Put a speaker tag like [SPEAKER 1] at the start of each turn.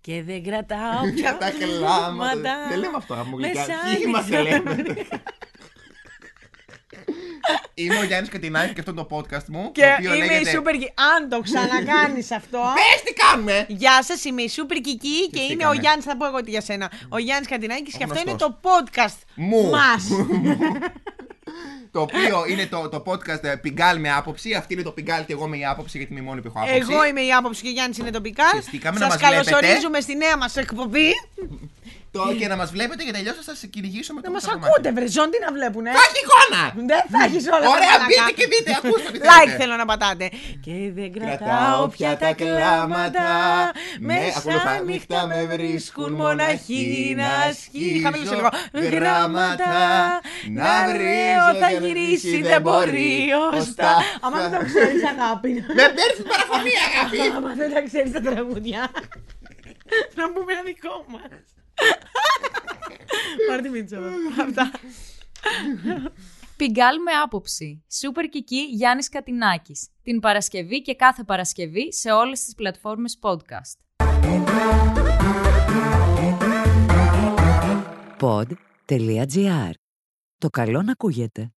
[SPEAKER 1] Και δεν κρατάω πια
[SPEAKER 2] Για τα κλάματα.
[SPEAKER 1] κλάματα.
[SPEAKER 2] Δεν λέμε αυτό, αμογλικά.
[SPEAKER 1] Μεσάνυχτα.
[SPEAKER 2] Ποιοι είμαστε λέμε. Είμαι ο Γιάννης Κατινάκης και αυτό είναι το podcast μου. το
[SPEAKER 1] Και
[SPEAKER 2] οποίο
[SPEAKER 1] είμαι
[SPEAKER 2] λέγεται...
[SPEAKER 1] η Super Geek. Αν το ξανακάνεις αυτό.
[SPEAKER 2] Πες τι κάνουμε!
[SPEAKER 1] Γεια σας, είμαι η Super Kiki και είμαι ο
[SPEAKER 2] Χαιρετήκαμε.
[SPEAKER 1] Γιάννης. Θα πω εγώ τι για σένα. Ο Γιάννης Κατινάκης και αυτό είναι
[SPEAKER 2] γνωστός.
[SPEAKER 1] το podcast
[SPEAKER 2] Μου.
[SPEAKER 1] μας.
[SPEAKER 2] το οποίο είναι το, το podcast ε, Πιγκάλ με άποψη. Αυτή είναι το Πιγκάλ και εγώ με η άποψη, γιατί είμαι η μόνη που έχω άποψη.
[SPEAKER 1] Εγώ είμαι η άποψη και ο Γιάννης είναι τοπικά.
[SPEAKER 2] Συστήκαμε να
[SPEAKER 1] Σας
[SPEAKER 2] μας βλέπετε.
[SPEAKER 1] καλωσορίζουμε στη νέα μας εκπομπή.
[SPEAKER 2] Το, και να μας βλέπετε και τελειώ θα σας κυνηγήσουμε το
[SPEAKER 1] Να μα
[SPEAKER 2] το κομμάτι.
[SPEAKER 1] ακούτε, βρε ζών, τι να βλέπουνε.
[SPEAKER 2] Θα έχει εικόνα!
[SPEAKER 1] Δεν θα έχει όλα τα
[SPEAKER 2] Ωραία,
[SPEAKER 1] μαλακά.
[SPEAKER 2] μπείτε και δείτε, ακούστε τι
[SPEAKER 1] Like
[SPEAKER 2] θέλετε.
[SPEAKER 1] θέλω να πατάτε. Και δεν
[SPEAKER 2] Κρατάω πια τα κλάματα.
[SPEAKER 1] Μέσα νύχτα με βρίσκουν μοναχοί να σκύει. Χαμήλωσε λίγο. Γράμματα να βρει θα γυρίσει δεν μπορεί ωστά. Άμα δεν τα ξέρεις αγάπη.
[SPEAKER 2] Με παίρνει την παραφωνία, αγάπη!
[SPEAKER 1] Άμα δεν τα ξέρεις τα τραγούδια. Να πούμε ένα δικό μας. Πάρτε μίτσο. Αυτά.
[SPEAKER 3] Πιγκάλ με άποψη. Σούπερ Κική Γιάννης Κατινάκης. Την Παρασκευή και κάθε Παρασκευή σε όλες τις πλατφόρμες podcast.
[SPEAKER 4] pod.gr. Το καλό να ακούγεται.